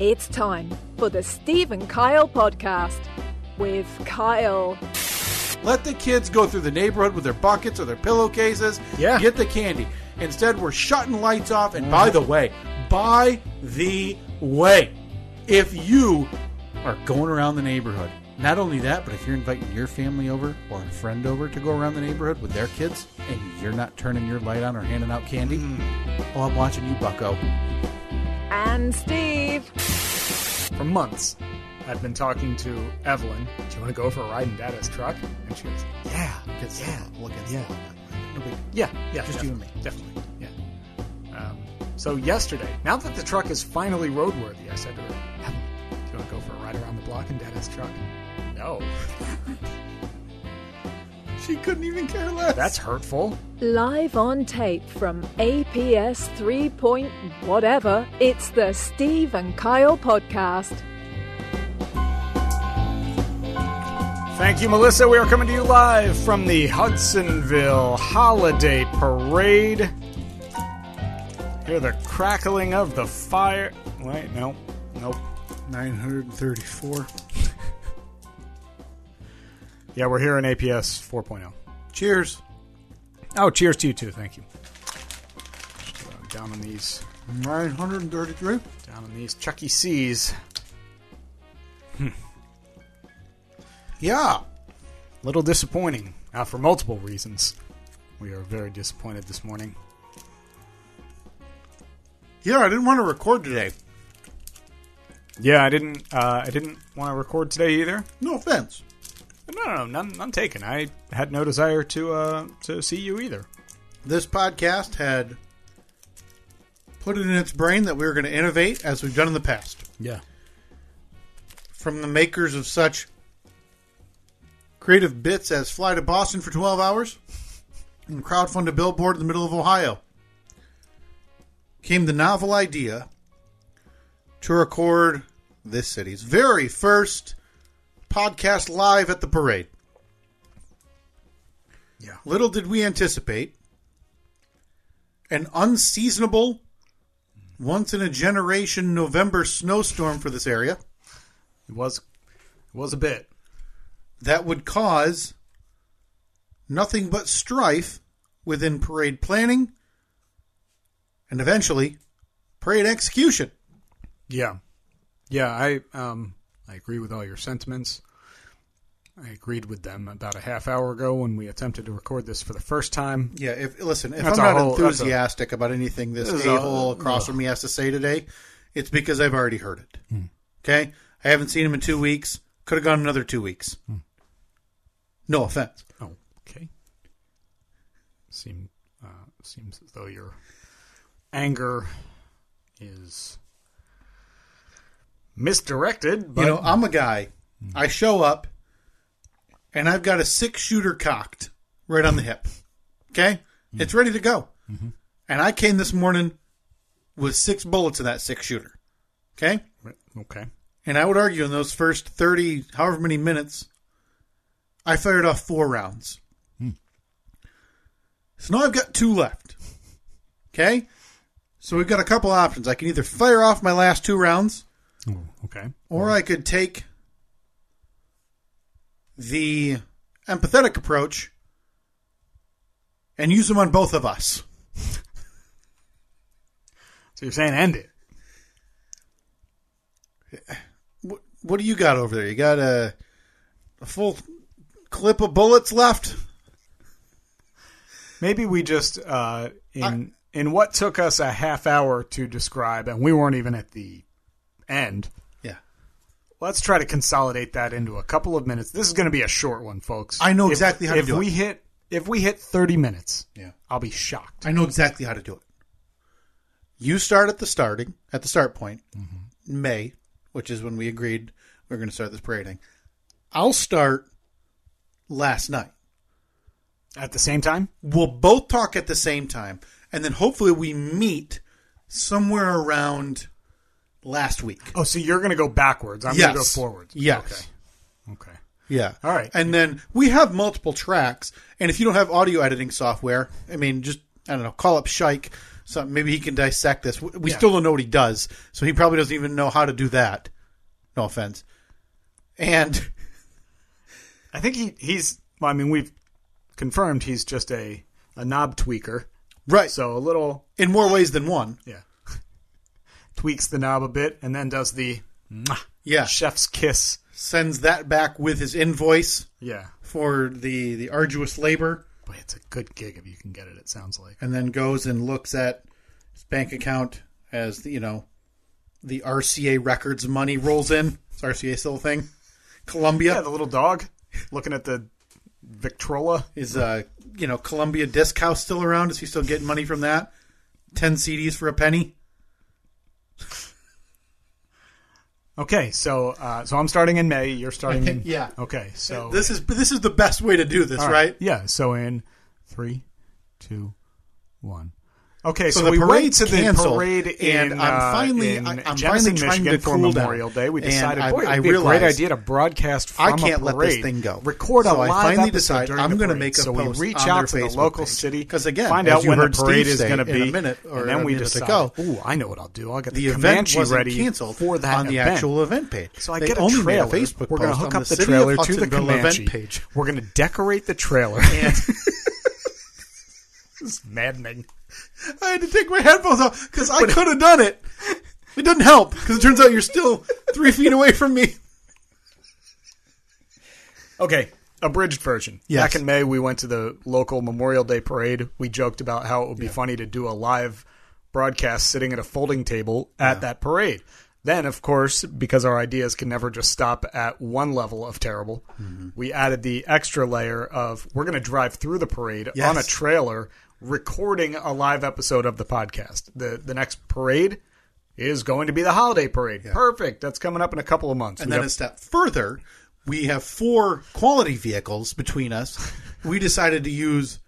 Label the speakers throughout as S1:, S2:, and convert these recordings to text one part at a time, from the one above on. S1: It's time for the Steve and Kyle podcast with Kyle.
S2: Let the kids go through the neighborhood with their buckets or their pillowcases.
S3: Yeah.
S2: Get the candy. Instead, we're shutting lights off. And by the way, by the way, if you are going around the neighborhood, not only that, but if you're inviting your family over or a friend over to go around the neighborhood with their kids and you're not turning your light on or handing out candy,
S3: Mm.
S2: oh, I'm watching you, bucko.
S1: And Steve.
S3: For months, I've been talking to Evelyn. Do you want to go for a ride in Dada's truck? And she goes, Yeah,
S2: Because,
S3: yeah,
S2: look at
S3: yeah.
S2: that. No big-
S3: yeah, yeah.
S2: Just you and me.
S3: Definitely, yeah. Um, so yesterday, now that the truck is finally roadworthy, I said to her, Evelyn, do you want to go for a ride around the block in Dada's truck? No,
S2: She couldn't even care less.
S3: that's hurtful.
S1: Live on tape from APS 3. Point whatever, it's the Steve and Kyle podcast.
S3: Thank you, Melissa. We are coming to you live from the Hudsonville Holiday Parade. Hear the crackling of the fire. Wait, no, nope.
S2: 934.
S3: Yeah, we're here in APS 4.0.
S2: Cheers.
S3: Oh, cheers to you too. Thank you. Just, uh, Down on these,
S2: 933.
S3: down on these Chuck E. C's.
S2: Yeah.
S3: Little disappointing, uh, for multiple reasons. We are very disappointed this morning.
S2: Yeah, I didn't want to record today.
S3: Yeah, I didn't. Uh, I didn't want to record today either.
S2: No offense.
S3: No, no, no, none, none taken. I had no desire to uh, to see you either.
S2: This podcast had put it in its brain that we were going to innovate as we've done in the past.
S3: Yeah,
S2: From the makers of such creative bits as Fly to Boston for 12 hours and crowdfund a billboard in the middle of Ohio came the novel idea to record this city's very first podcast live at the parade.
S3: yeah,
S2: Little did we anticipate an unseasonable, once in a generation November snowstorm for this area
S3: it was it was a bit.
S2: that would cause nothing but strife within parade planning and eventually parade execution.
S3: Yeah, yeah. I um I agree with all your sentiments. I agreed with them about a half hour ago when we attempted to record this for the first time.
S2: Yeah, if listen, if
S3: That's
S2: I'm
S3: a
S2: not
S3: whole- that's a-
S2: enthusiastic about anything this
S3: This is a-
S2: a hole across from me has to say today, it's because I've already heard it.
S3: Hmm.
S2: Okay, I haven't seen him in two weeks. Could have gone another two weeks.
S3: Hmm.
S2: No offense.
S3: Oh, okay. Seem uh, seems as though your anger is misdirected. But Hmm.
S2: you know, I'm a guy. I show up, and I've got a six shooter cocked right on the hip. Okay,
S3: Hmm.
S2: it's ready to go.
S3: Mm-hmm.
S2: And I came this morning with six bullets in that six shooter. Okay.
S3: okay.
S2: And I would argue in those first 30, however many minutes, I fired off four rounds. So now I've got two left. Okay? So we've got a couple options. I can either fire off my last two rounds,
S3: Oh, okay.
S2: or I could take the empathetic approach and use them on both of us.
S3: So you're saying end it?
S2: What, what do you got over there? You got a, a full clip of bullets left?
S3: Maybe we just uh, in in what took us a half hour to describe, and we weren't even at the end.
S2: Yeah.
S3: Let's try to consolidate that into a couple of minutes. This is going to be a short one, folks.
S2: I know
S3: If-
S2: exactly how to
S3: if
S2: do it.
S3: we hit if we hit 30 minutes,
S2: Yeah.
S3: I'll be shocked.
S2: I know exactly how to do it. You start at the starting at the start point, May, which is when we agreed we are going to start this parading. I'll start last night.
S3: At the same time,
S2: We'll both talk at the same time, and then hopefully we meet somewhere around last week.
S3: oh, so you're going to go backwards. I'm going to go
S2: Yes.
S3: forward.
S2: Yes.
S3: Okay. Okay.
S2: Yeah.
S3: All right.
S2: And then we have multiple tracks, and if you don't have audio editing software, I mean, just I don't know, call up Shike. So maybe he can dissect this. We we
S3: Yeah.
S2: still don't know what he does, so he probably doesn't even know how to do that. No offense. And
S3: I think he he's. Well, I mean, we've confirmed he's just a a knob tweaker.
S2: right, so
S3: So a little
S2: in more ways than one.
S3: yeah, tweaks the knob a bit and then does the mwah,
S2: Yeah,
S3: chef's kiss.
S2: sends that back with his invoice
S3: Yeah,
S2: for the the arduous labor,
S3: but it's a good gig if you can get it. It sounds like.
S2: and then goes and looks at his bank account as you know the RCA Records money rolls in. Is RCA still a thing? Columbia.
S3: Yeah, the little dog looking at the Victrola.
S2: Is uh you know Columbia Disc House still around? Is he still getting money from that? Ten CDs for a penny.
S3: Okay, so uh, so I'm starting in May. You're starting.
S2: think-
S3: in,
S2: yeah.
S3: Okay, so
S2: This is this is the best way to do this,
S3: all
S2: right?
S3: Yeah. So in three, two, one. Okay, so,
S2: the
S3: we went
S2: parade's
S3: to the
S2: canceled,
S3: parade in,
S2: and I'm
S3: uh,
S2: finally-
S3: in
S2: I- I'm
S3: Jefferson,
S2: finally trying
S3: Michigan
S2: to
S3: for
S2: cool down.
S3: Memorial Day. We
S2: And
S3: decided,
S2: I-
S3: boy, it'd
S2: I
S3: be a great
S2: realized
S3: idea to broadcast from
S2: I can't
S3: a
S2: let this
S3: parade.
S2: thing go.
S3: Record a
S2: So I
S3: live
S2: finally
S3: episode
S2: decide
S3: during
S2: I'm
S3: the
S2: gonna
S3: parade.
S2: make a
S3: so
S2: post
S3: we reach
S2: on
S3: out
S2: their
S3: to the
S2: Facebook
S3: local
S2: page.
S3: city
S2: 'Cause again,
S3: find
S2: as
S3: out
S2: you
S3: when the
S2: heard Steve
S3: parade is
S2: say
S3: going to
S2: in
S3: be
S2: a minute or
S3: and then
S2: a
S3: we
S2: minute
S3: decide,
S2: ago,
S3: ooh, I know what I'll do. I'll get the,
S2: The event
S3: Comanche
S2: wasn't
S3: ready
S2: canceled
S3: for that
S2: on the
S3: event.
S2: actual event page.
S3: So I
S2: They
S3: get a
S2: only made a
S3: trailer.
S2: Facebook
S3: We're gonna
S2: post
S3: hook
S2: on
S3: up
S2: the
S3: the,
S2: City of
S3: trailer to the
S2: Hudsonville event
S3: Comanche
S2: page.
S3: We're going to decorate the trailer.
S2: And
S3: it's maddening.
S2: I had to take my headphones off because I could have done it. It doesn't help because it turns out you're still three feet away from me.
S3: Okay, abridged version.
S2: Yes.
S3: Back in May, we went to the local Memorial Day parade. We joked about how it would be funny to do a live broadcast sitting at a folding table at that parade. Then, of course, because our ideas can never just stop at one level of terrible,
S2: Mm-hmm.
S3: we added the extra layer of we're going to drive through the parade
S2: Yes.
S3: on a trailer, recording a live episode of the podcast. The the next parade is going to be the holiday parade. Perfect. That's coming up in a couple of months.
S2: And
S3: We
S2: then
S3: got-
S2: a step further, we have four quality vehicles between us. We decided to use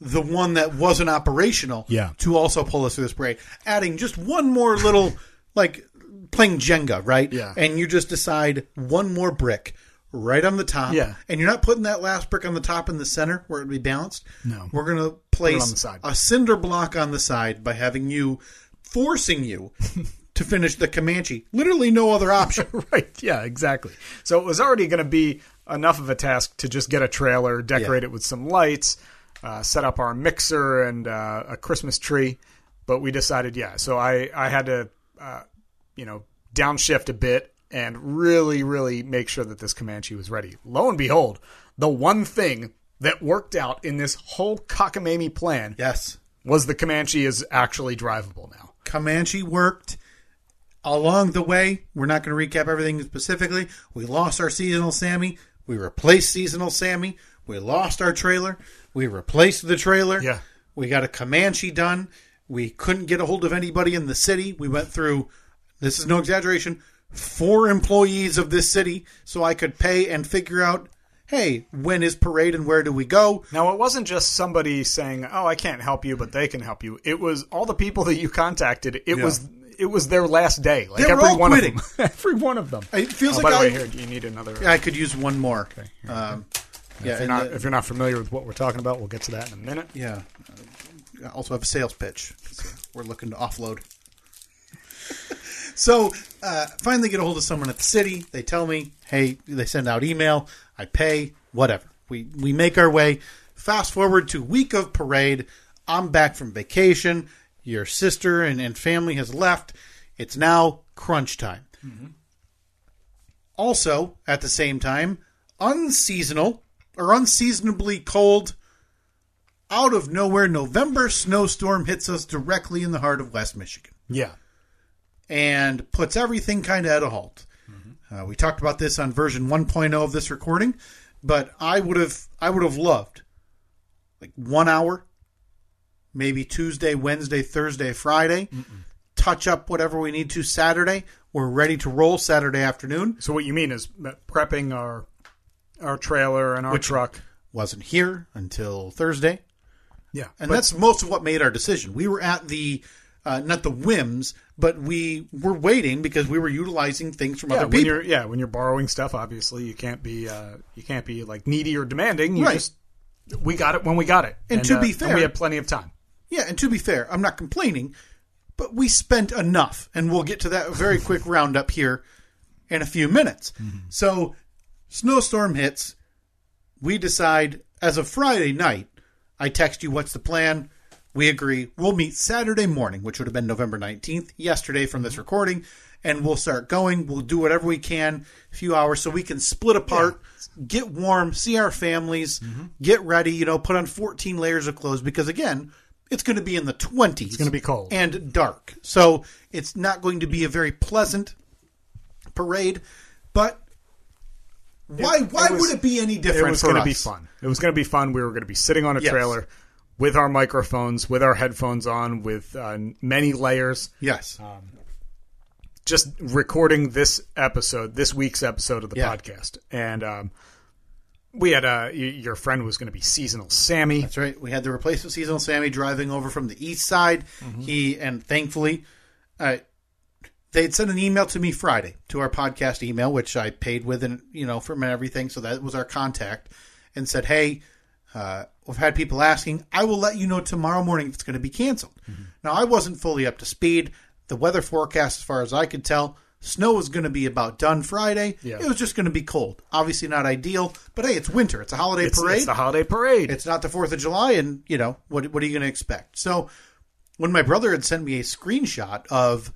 S2: the one that wasn't operational
S3: Yeah.
S2: to also pull us through this parade, adding just one more little, like playing Jenga, right?
S3: Yeah.
S2: And you just decide one more brick right on the top.
S3: Yeah.
S2: And you're not putting that last brick on the top in the center where it'd be balanced.
S3: No.
S2: We're going to
S3: it
S2: place
S3: on the side.
S2: a cinder block on the side by having you forcing you to finish the Comanche. Literally no other option.
S3: right. Yeah, exactly. So it was already going to be enough of a task to just get a trailer, decorate it with some lights, uh, set up our mixer and uh, a Christmas tree. But we decided, yeah. So I, I had to, uh, you know, downshift a bit and really, really make sure that this Comanche was ready. Lo and behold, the one thing that worked out in this whole cockamamie plan
S2: Yes.
S3: was the Comanche is actually drivable now.
S2: Comanche worked along the way. We're not going to recap everything specifically. We lost our seasonal Sammy. We replaced seasonal Sammy. We lost our trailer. We replaced the trailer.
S3: Yeah.
S2: We got a Comanche done. We couldn't get a hold of anybody in the city. We went through, this is no exaggeration, four employees of this city so I could pay and figure out hey, when is parade and where do we go?
S3: Now, it wasn't just somebody saying, "Oh, I can't help you, but they can help you." It was all the people that you contacted. It was it was their last day. Like
S2: They were
S3: every
S2: all
S3: one
S2: quitting.
S3: of them. every one of them.
S2: It feels
S3: oh,
S2: like
S3: by the
S2: I,
S3: way, here, do you need another?
S2: I could use one more. um, yeah,
S3: if, you're
S2: and
S3: not,
S2: the-
S3: if you're not familiar with what we're talking about, we'll get to that in a minute.
S2: Yeah. I also have a sales pitch. So we're looking to offload. so uh, finally get a hold of someone at the city. They tell me, hey, they send out email. I pay, whatever. We, we make our way. Fast forward to week of parade. I'm back from vacation. Your sister and, and family has left. It's now crunch time. Also, at the same time, unseasonal or unseasonably cold out of nowhere, November snowstorm hits us directly in the heart of West Michigan
S3: Yeah,
S2: and puts everything kind of at a halt. Uh, we talked about this on version 1.0 of this recording, but I would have I would have loved like one hour, maybe Tuesday, Wednesday, Thursday, Friday, touch up whatever we need to Saturday. We're ready to roll Saturday afternoon.
S3: So what you mean is that prepping our our trailer and our
S2: Which-
S3: truck.
S2: Wasn't here until Thursday.
S3: Yeah,
S2: and
S3: but-
S2: that's most of what made our decision. We were at the uh, not the whims, but we were waiting because we were utilizing things from
S3: yeah,
S2: other
S3: when
S2: people.
S3: you're yeah when you're borrowing stuff, obviously you can't be uh, you can't be like needy or demanding. You
S2: Right.
S3: just we got it when we got it.
S2: And to
S3: uh,
S2: be
S3: we
S2: fair-
S3: had plenty of time.
S2: Yeah, and to be fair, I'm not complaining, but we spent enough, and we'll get to that very quick roundup here in a few minutes.
S3: Mm-hmm.
S2: So, snowstorm hits. We decide as of Friday night. I text you, "What's the plan?" We agree. We'll meet Saturday morning, which would have been November 19th, yesterday from this recording, and we'll start going. We'll do whatever we can, a few hours, so we can split apart, get warm, see our families,
S3: Mm-hmm.
S2: get ready, you know, put on 14 layers of clothes because, again, it's going to be in the 20s. It's
S3: gonna be cold.
S2: And dark. So it's not going to be a very pleasant parade, but. Why? why
S3: it was-
S2: would it be any different?
S3: It was
S2: for
S3: gonna be
S2: us?
S3: fun. It was going to be fun. We were going to be sitting on a
S2: Yes.
S3: trailer with our microphones, with our headphones on, with uh, many layers,
S2: Yes.
S3: just recording this episode, this week's episode of the
S2: Yeah.
S3: podcast. And um, we had uh, y- your friend was going to be seasonal Sammy.
S2: That's right. We had the replacement seasonal Sammy driving over from the east side.
S3: Mm-hmm.
S2: He and thankfully, uh, they'd sent an email to me Friday to our podcast email, which I paid with and you know from and everything. So that was our contact, and said, "Hey, uh, we've had people asking. I will let you know tomorrow morning if it's going to be canceled."
S3: Mm-hmm.
S2: Now I wasn't fully up to speed. The weather forecast, as far as I could tell, snow was going to be about done Friday.
S3: Yeah.
S2: It was just going to be cold. Obviously not ideal, but hey, it's winter. It's a holiday
S3: It's,
S2: parade
S3: it's the holiday parade.
S2: it's not the Fourth of July, and you know what? What are you going to expect? So, when my brother had sent me a screenshot of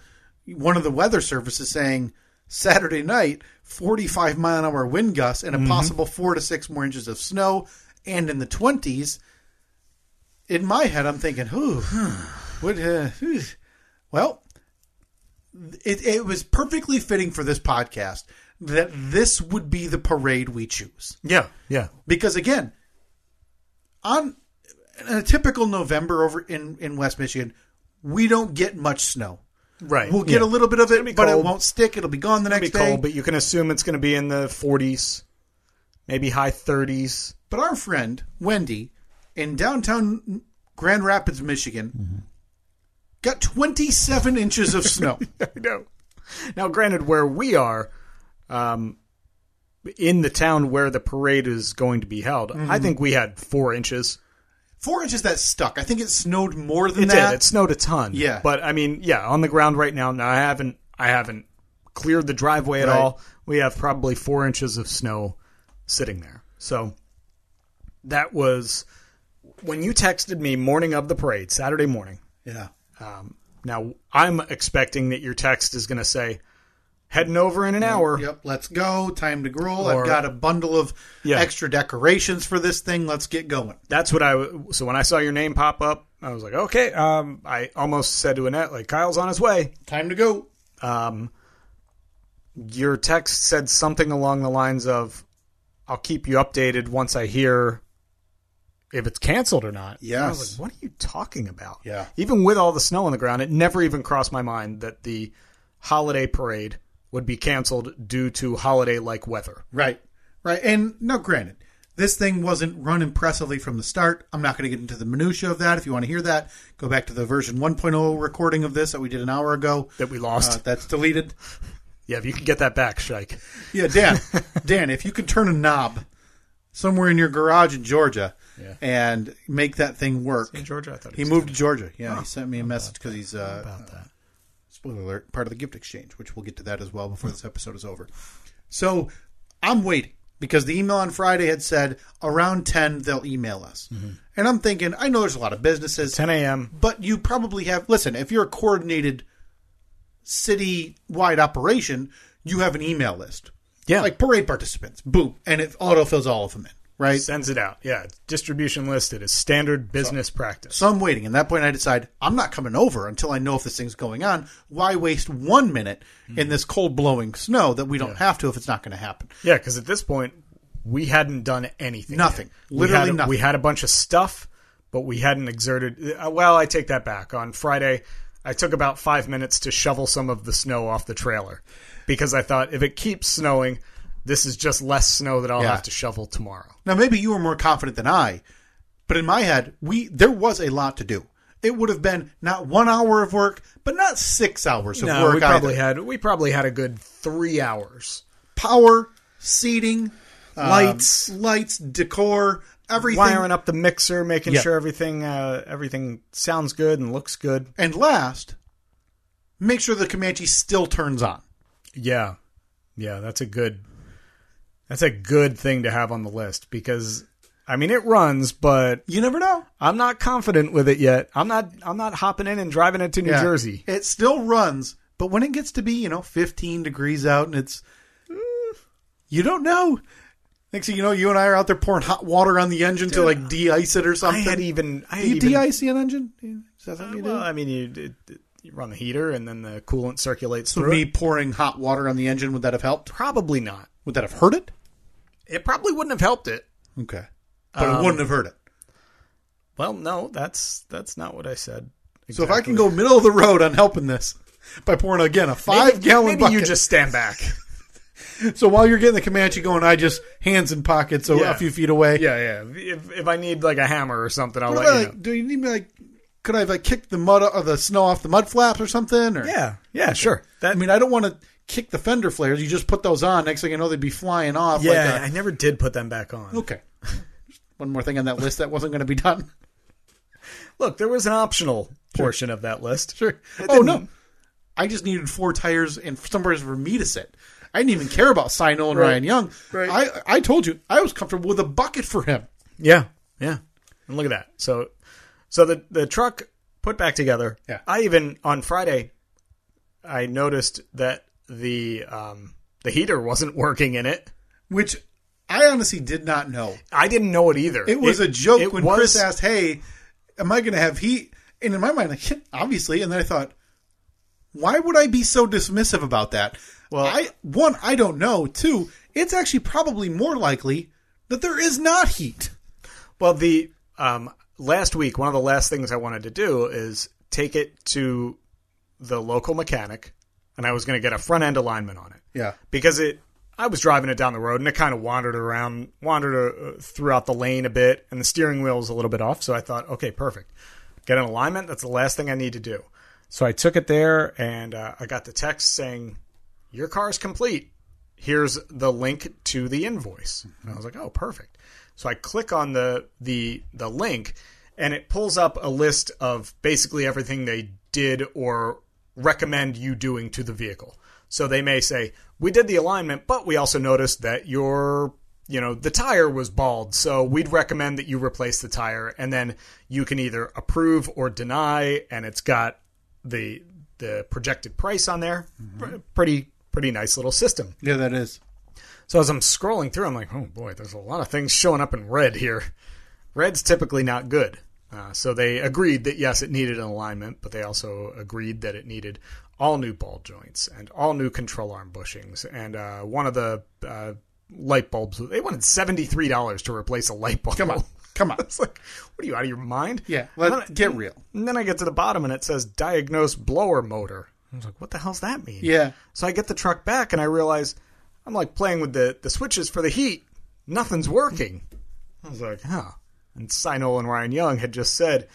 S2: one of the weather services saying Saturday night, forty-five mile an hour wind gusts and a possible four to six more inches of snow, and in the twenties, in my head, I'm thinking, "Who? what? Uh, whew." Well, it, it was perfectly fitting for this podcast." That this would be the parade we choose
S3: yeah, yeah.
S2: because again, on in a typical November over in in West Michigan, we don't get much snow.
S3: Right.
S2: We'll get
S3: Yeah.
S2: a little bit of
S3: gonna be
S2: it, but it
S3: cold.
S2: won't stick. It'll be gone the
S3: be
S2: next day.
S3: cold, but you can assume it's going to be in the 40s, maybe high 30s.
S2: But our friend Wendy in downtown Grand Rapids, Michigan,
S3: Mm-hmm.
S2: got 27 inches of snow.
S3: I know. Now, granted, where we are, um, in the town where the parade is going to be held,
S2: Mm-hmm.
S3: I think we had four inches.
S2: Four inches that stuck. I think it snowed more than
S3: It
S2: that.
S3: did. It snowed a ton.
S2: Yeah.
S3: but I mean, yeah, on the ground right now. Now I haven't, I haven't cleared the driveway at
S2: Right.
S3: all. We have probably four inches of snow sitting there. So that was when you texted me morning of the parade, Saturday morning.
S2: yeah.
S3: Now I'm expecting that your text is going to say, "Heading over in an hour."
S2: Yep, let's go. Time to growl.
S3: Or-
S2: I've got a bundle of
S3: Yeah.
S2: extra decorations for this thing. Let's get going.
S3: that's what I. w- So when I saw your name pop up, I was like, okay. Um, I almost said to Annette, like, Kyle's on his way. Um,
S2: Time to go.
S3: Your text said something along the lines of, "I'll keep you updated once I hear if it's canceled or not." And I
S2: Yes.
S3: was like, what are you talking about?
S2: Yeah.
S3: Even with all the snow on the ground, it never even crossed my mind that the holiday parade would be canceled due to holiday-like weather.
S2: Right. Right. And now, granted, this thing wasn't run impressively from the start. I'm not going to get into the minutia of that. If you want to hear that, go back to the version 1.0 recording of this that we did an hour ago.
S3: That we
S2: Uh,
S3: lost.
S2: that's deleted.
S3: yeah, if you could get that back, Shike.
S2: Yeah, Dan. Dan, if you could turn a knob somewhere in your garage in Georgia
S3: Yeah.
S2: and make that thing work.
S3: Georgia, I thought
S2: He moved to Georgia. Yeah, he sent me a message because he's uh, uh, spoiler alert part of the gift exchange, which we'll get to that as well before this episode is over. So I'm waiting because the email on Friday had said around ten they'll email us,
S3: Mm-hmm.
S2: and I'm thinking I know there's a lot of businesses,
S3: 10 a.m.
S2: but you probably have listen if you're a coordinated city-wide operation, you have an email list
S3: Yeah.
S2: like parade participants, boom, and it auto fills all of them in. right?
S3: Sends it out. Yeah. Distribution listed is standard business practice.
S2: So I'm waiting. And that point, I decide I'm not coming over until I know if this thing's going on. Why waste one minute
S3: Hmm.
S2: in this cold blowing snow that we don't have to if it's not going to happen?
S3: Yeah, because at this point, we hadn't done anything.
S2: Nothing.
S3: yet.
S2: Literally
S3: we had,
S2: nothing.
S3: We had a bunch of stuff, but we hadn't exerted. uh, Well, I take that back. On Friday, I took about five minutes to shovel some of the snow off the trailer because I thought if it keeps snowing, this is just less snow that I'll
S2: Yeah.
S3: have to shovel tomorrow.
S2: Now, maybe you were more confident than I, but in my head, we there was a lot to do. It would have been not one hour of work, but not six hours of
S3: No,
S2: work.
S3: we probably
S2: either.
S3: had we probably had a good three hours.
S2: power, seating, um,
S3: Lights.
S2: lights, decor, everything.
S3: Wiring up the mixer, making
S2: Yeah.
S3: sure everything uh, everything sounds good and looks good.
S2: And last, make sure the Comanche still turns on.
S3: Yeah. Yeah, that's a good that's a good thing to have on the list because I mean it runs, but
S2: You never know.
S3: I'm not confident with it yet. I'm not I'm not hopping in and driving it to New
S2: Yeah.
S3: Jersey.
S2: It still runs, but when it gets to be, you know, 15 degrees out and it's.
S3: Mm.
S2: You don't know. Next thing you know, you and I are out there pouring hot water on the engine to like de ice it or
S3: I
S2: something.
S3: had even I had
S2: Do you
S3: even, uh,
S2: de ice an engine? Is that something you do?
S3: well, I mean you, it, it- you run the heater and then the coolant circulates
S2: so
S3: through
S2: me
S3: it.
S2: pouring hot water on the engine, would that have helped?
S3: Probably not.
S2: Would that have hurt it?
S3: It probably wouldn't have helped it. Um,
S2: Okay. But it wouldn't have hurt it.
S3: Well, no, that's that's not what I said.
S2: So if I can go middle of the road on helping this by pouring again a five gallon
S3: maybe
S2: bucket,
S3: you just stand back.
S2: so while you're getting the Comanche going, I just hands in pockets so
S3: Yeah.
S2: a few feet away.
S3: yeah, yeah. If if I need like a hammer or something, I'll
S2: What
S3: let
S2: about,
S3: you know.
S2: like, do you need me like? Could I have like kicked the mud or the snow off the mud flaps or something? Or
S3: Yeah, yeah, sure.
S2: I
S3: That
S2: mean, I don't want to kick the fender flares. You just put those on. Next thing you know, they'd be flying off.
S3: yeah,
S2: Like
S3: I
S2: a,
S3: never did put them back on.
S2: okay. One more thing on that list that wasn't going to be done.
S3: Look, there was an optional portion of that list.
S2: Sure.
S3: It
S2: Oh
S3: didn't-
S2: no, I just needed four tires and somewhere for me to sit. I didn't even care about Sino and
S3: Right.
S2: Ryan Young.
S3: Right.
S2: I uh, I told you I was comfortable with a bucket for him.
S3: Yeah, yeah. And look at that. So, so the the truck put back together.
S2: Yeah.
S3: I even on Friday, I noticed that the um the heater wasn't working in it.
S2: which I honestly did not know.
S3: I didn't know it either.
S2: It was a joke
S3: it
S2: when
S3: was-
S2: Chris asked, "Hey, am I going to have heat?" And in my mind, like, "Yeah, obviously. And then I thought, why would I be so dismissive about that? Well, I one, I don't know. Two, it's actually probably more likely that there is not heat.
S3: Well, the um, last week, one of the last things I wanted to do is take it to the local mechanic, and I was going to get a front end alignment on it.
S2: Yeah.
S3: because it, I was driving it down the road, and it kind of wandered around, wandered uh, throughout the lane a bit, and the steering wheel was a little bit off. So I thought, okay, perfect, get an alignment. That's the last thing I need to do. So I took it there, and uh, I got the text saying, "Your car is complete." here's the link to the invoice. And I was like, oh, perfect. So I click on the the the link, and it pulls up a list of basically everything they did or recommend you doing to the vehicle. So they may say, we did the alignment, but we also noticed that your you know the tire was bald so we'd recommend that you replace the tire and then you can either approve or deny and it's got the the projected price on there Pr- pretty pretty nice little system
S2: Yeah, that is.
S3: so as I'm scrolling through, I'm like, oh boy, there's a lot of things showing up in red here. Red's typically not good. Uh, so they agreed that yes, it needed an alignment, but they also agreed that it needed all new ball joints and all new control arm bushings and uh, one of the uh, light bulbs. They wanted seventy three dollars to replace a light bulb.
S2: Come on, come on.
S3: it's like, what are you out of your mind?
S2: Yeah,
S3: And
S2: let's
S3: then-
S2: get real.
S3: And then I get to the bottom and it says diagnose blower motor. I was like, what the hell's that mean?
S2: Yeah.
S3: So I get the truck back and I realize I'm like playing with the, the switches for the heat. Nothing's working. I was like, huh. And Sinol and Ryan Young had just said,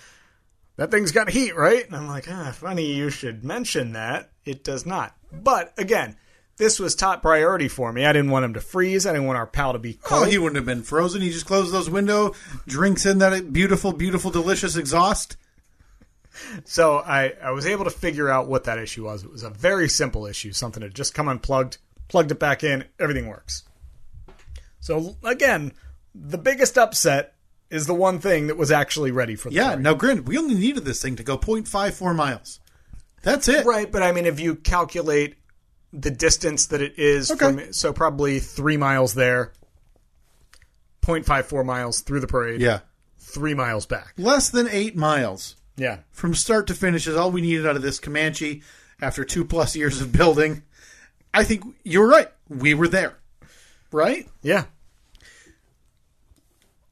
S3: that thing's got heat, right? And I'm like, ah, funny you should mention that. It does not. But again, this was top priority for me. I didn't want him to freeze. I didn't want our pal to be cold.
S2: Oh, he wouldn't have been frozen. He just closed those window, drinks in that beautiful, beautiful, delicious exhaust.
S3: So I, I was able to figure out what that issue was. It was a very simple issue, something that had just come unplugged, plugged it back in, everything works. So again, the biggest upset is the one thing that was actually ready for the
S2: Yeah.
S3: car.
S2: Now, granted, we only needed this thing to go 0.54 miles. That's it.
S3: Right, but I mean if you calculate the distance that it is
S2: Okay.
S3: from so probably three miles there. 0.54 miles through the parade.
S2: Yeah.
S3: Three miles back.
S2: Less than eight miles
S3: Yeah.
S2: from start to finish is all we needed out of this Comanche after two plus years of building. I think you were right. We were there, right?
S3: Yeah.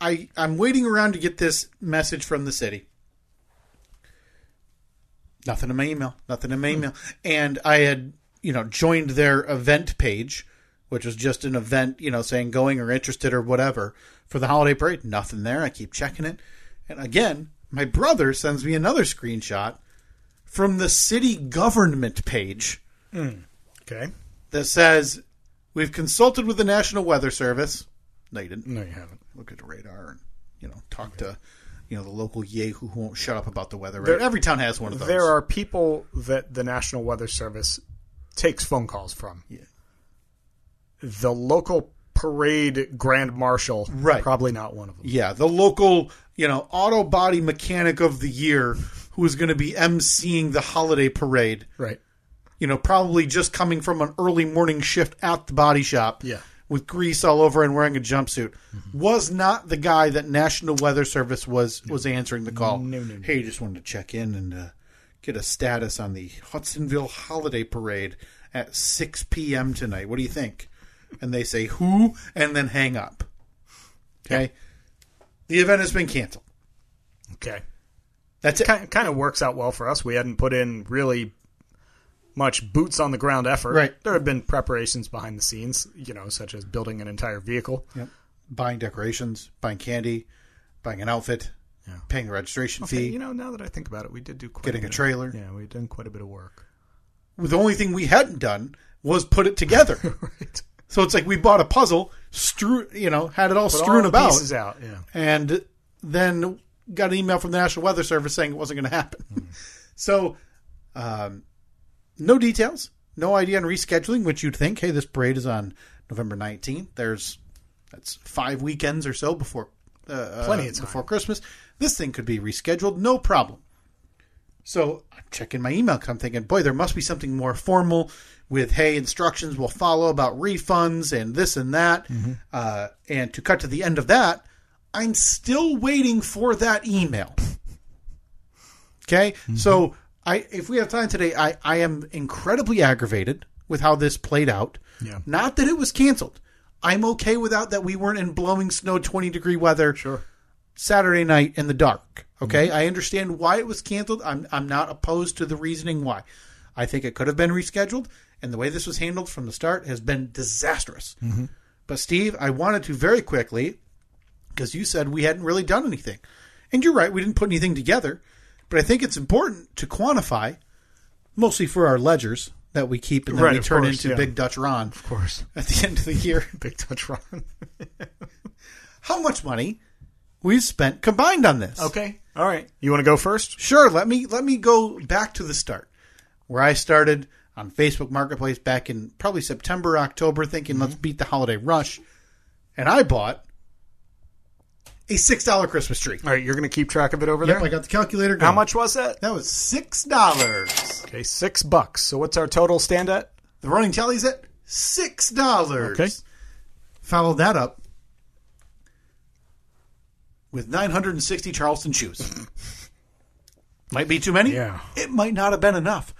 S2: I, I'm waiting around to get this message from the city. Nothing in my email. Nothing in my email. And I had, you know, joined their event page, which was just an event, you know, saying going or interested or whatever for the holiday parade. Nothing there. I keep checking it. And again, my brother sends me another screenshot from the city government page
S3: Okay.
S2: that says, We've consulted with the National Weather Service. No, you didn't
S3: No, you haven't.
S2: look at the radar and you know talk to you know the local yahoo who won't shut up about the weather. Right? Every town has one of those.
S3: There are people that the National Weather Service takes phone calls from. Yeah. The local parade grand marshal,
S2: Right.
S3: probably not one of them.
S2: yeah, the local you know auto body mechanic of the year who is going to be emceeing the holiday parade.
S3: Right.
S2: You know, probably just coming from an early morning shift at the body shop.
S3: Yeah.
S2: With grease all over and wearing a jumpsuit, was not the guy that National Weather Service was was answering the call. No, no, Hey, just wanted to check in and uh, get a status on the Hudsonville Holiday Parade at 6 p.m. tonight. What do you think? And they say, who? And then hang up. Okay. The event has been canceled.
S3: Okay.
S2: That's it.
S3: Kind, kind of works out well for us. We hadn't put in really much boots on the ground effort.
S2: Right.
S3: There have been preparations behind the scenes, you know, such as building an entire vehicle.
S2: Yep. Buying decorations, buying candy, buying an outfit,
S3: Yeah.
S2: paying a registration
S3: Okay,
S2: fee.
S3: you know, now that I think about it, we did do quite
S2: Getting
S3: a,
S2: a
S3: bit of-
S2: trailer.
S3: yeah, we've done quite a bit of work.
S2: the only thing we hadn't done was put it together.
S3: right.
S2: so it's like we bought a puzzle, strew, you know, had it all
S3: Put all
S2: strewn
S3: the
S2: about,
S3: pieces out. Yeah.
S2: and then got an email from the National Weather Service saying it wasn't going to happen. so, um, no details, no idea on rescheduling. Which you'd think, hey, this parade is on November nineteenth. There's that's five weekends or so before uh,
S3: Plenty
S2: uh,
S3: of time.
S2: before Christmas. This thing could be rescheduled, no problem. So I'm checking my email. 'cause I'm thinking, boy, there must be something more formal with, hey, instructions will follow about refunds and this and that.
S3: Mm-hmm.
S2: Uh, and to cut to the end of that, I'm still waiting for that email. Okay,
S3: Mm-hmm.
S2: so I, if we have time today, I, I am incredibly aggravated with how this played out.
S3: Yeah.
S2: Not that it was canceled. I'm okay without that we weren't in blowing snow, 20 degree weather.
S3: Sure.
S2: Saturday night in the dark. Okay,
S3: Mm-hmm.
S2: I understand why it was canceled. I'm I'm not opposed to the reasoning why. I think it could have been rescheduled, and the way this was handled from the start has been disastrous.
S3: Mm-hmm.
S2: But Steve, I wanted to very quickly because you said we hadn't really done anything, and you're right, we didn't put anything together. But I think it's important to quantify, mostly for our ledgers that we keep and then
S3: Right,
S2: we
S3: of
S2: turn
S3: course,
S2: into
S3: yeah.
S2: Big Dutch Ron
S3: Of course.
S2: at the end of the year.
S3: Big touch run.
S2: How much money we've spent combined on this?
S3: okay. All right. You want to go first?
S2: Sure, let me let me go back to the start where I started on Facebook Marketplace back in probably September, October, thinking let's
S3: Mm-hmm.
S2: beat the holiday rush, and I bought a six dollar Christmas tree.
S3: All right. You're going to keep track of it over
S2: Yep,
S3: there.
S2: I got the calculator.
S3: How
S2: going.
S3: much was that?
S2: That was six dollars.
S3: Okay, six bucks. So what's our total stand at?
S2: The running tally's at six dollars.
S3: Okay.
S2: Follow that up with nine hundred and sixty Charleston shoes. might be too many.
S3: Yeah.
S2: It might not have been enough.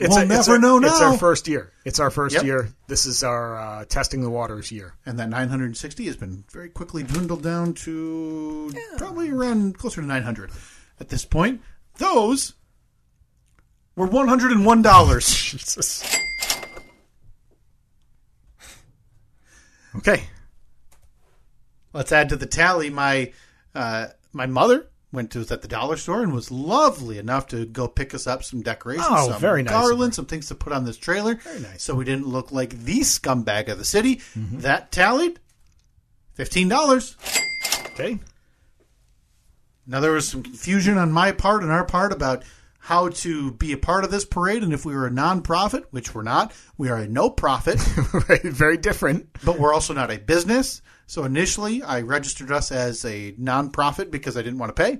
S3: It's
S2: we'll
S3: a-
S2: never
S3: it's a-
S2: know now.
S3: It's our first year. It's our first
S2: Yep.
S3: year. This is our uh, testing the waters year.
S2: and that 960 has been very quickly dwindled down to probably around closer to 900 at this point. Those were 101 dollars.
S3: Jesus. Okay.
S2: Let's add to the tally. My uh, my mother went to was at the dollar store and was lovely enough to go pick us up some decorations,
S3: Oh,
S2: some
S3: very nice of
S2: garlands, some things to put on this trailer, very nice. so we didn't look like the scumbag of the city.
S3: Mm-hmm.
S2: That tallied fifteen dollars.
S3: Okay.
S2: Now there was some confusion on my part and our part about how to be a part of this parade and if we were a nonprofit, which we're not. We are a no profit,
S3: Right, Very different.
S2: but we're also not a business. So initially, I registered us as a nonprofit because I didn't want to pay.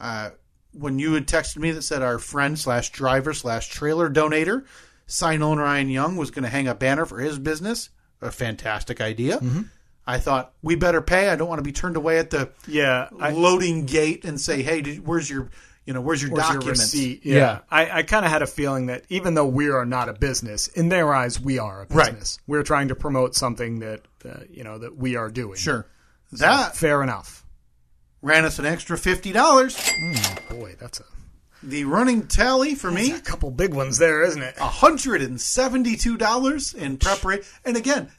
S2: Uh, when you had texted me that said our friend slash driver slash trailer donator, sign owner Ryan Young was going to hang a banner for his business, a fantastic idea. I thought we better pay. I don't want to be turned away at the
S3: Yeah, I-
S2: loading gate and say, "Hey, did, where's your you know where's your
S3: Where's your
S2: documents?"
S3: receipt? Yeah. I, I kind of had a feeling that even though we are not a business, in their eyes, we are a
S2: Right.
S3: business. We're trying to promote something that, uh, you know, that we are doing. Uh,
S2: Sure. That
S3: Fair enough.
S2: ran us an extra fifty dollars.
S3: Boy, that's a,
S2: The running tally for me
S3: a couple big ones there, isn't it?
S2: hundred and seventy-two dollars in preparation. And again,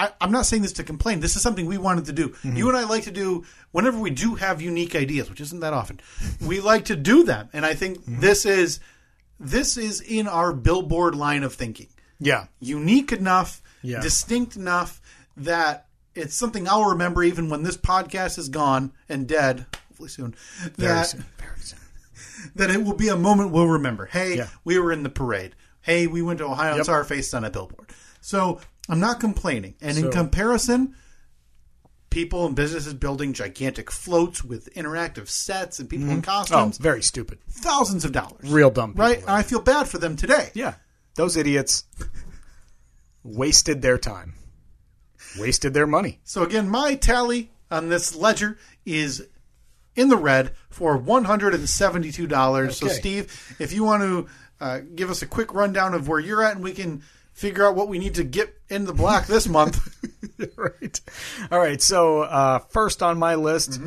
S2: I, I'm not saying this to complain. This is something we wanted to do.
S3: Mm-hmm.
S2: You and I like to do whenever we do have unique ideas, which isn't that often. We like to do them, and I think
S3: Mm-hmm.
S2: this is this is in our billboard line of thinking.
S3: Yeah.
S2: Unique enough,
S3: Yeah.
S2: distinct enough that it's something I'll remember even when this podcast is gone and dead. Hopefully soon.
S3: Very
S2: that-
S3: soon. Very soon.
S2: that it will be a moment we'll remember. Hey,
S3: Yeah.
S2: we were in the parade. Hey, we went to Ohio and saw our face on a billboard. So I'm not complaining. And in comparison, people and businesses building gigantic floats with interactive sets and people in
S3: Oh,
S2: costumes,
S3: very stupid.
S2: thousands of dollars.
S3: Real dumb people.
S2: Right? And I feel bad for them today.
S3: Yeah. Those idiots wasted their time, wasted their money.
S2: So again, my tally on this ledger is in the red for one hundred and seventy-two dollars. So
S3: Okay.
S2: Steve, if you want to uh, give us a quick rundown of where you're at, and we can figure out what we need to get in the black this month.
S3: right. All right. So uh, first on my list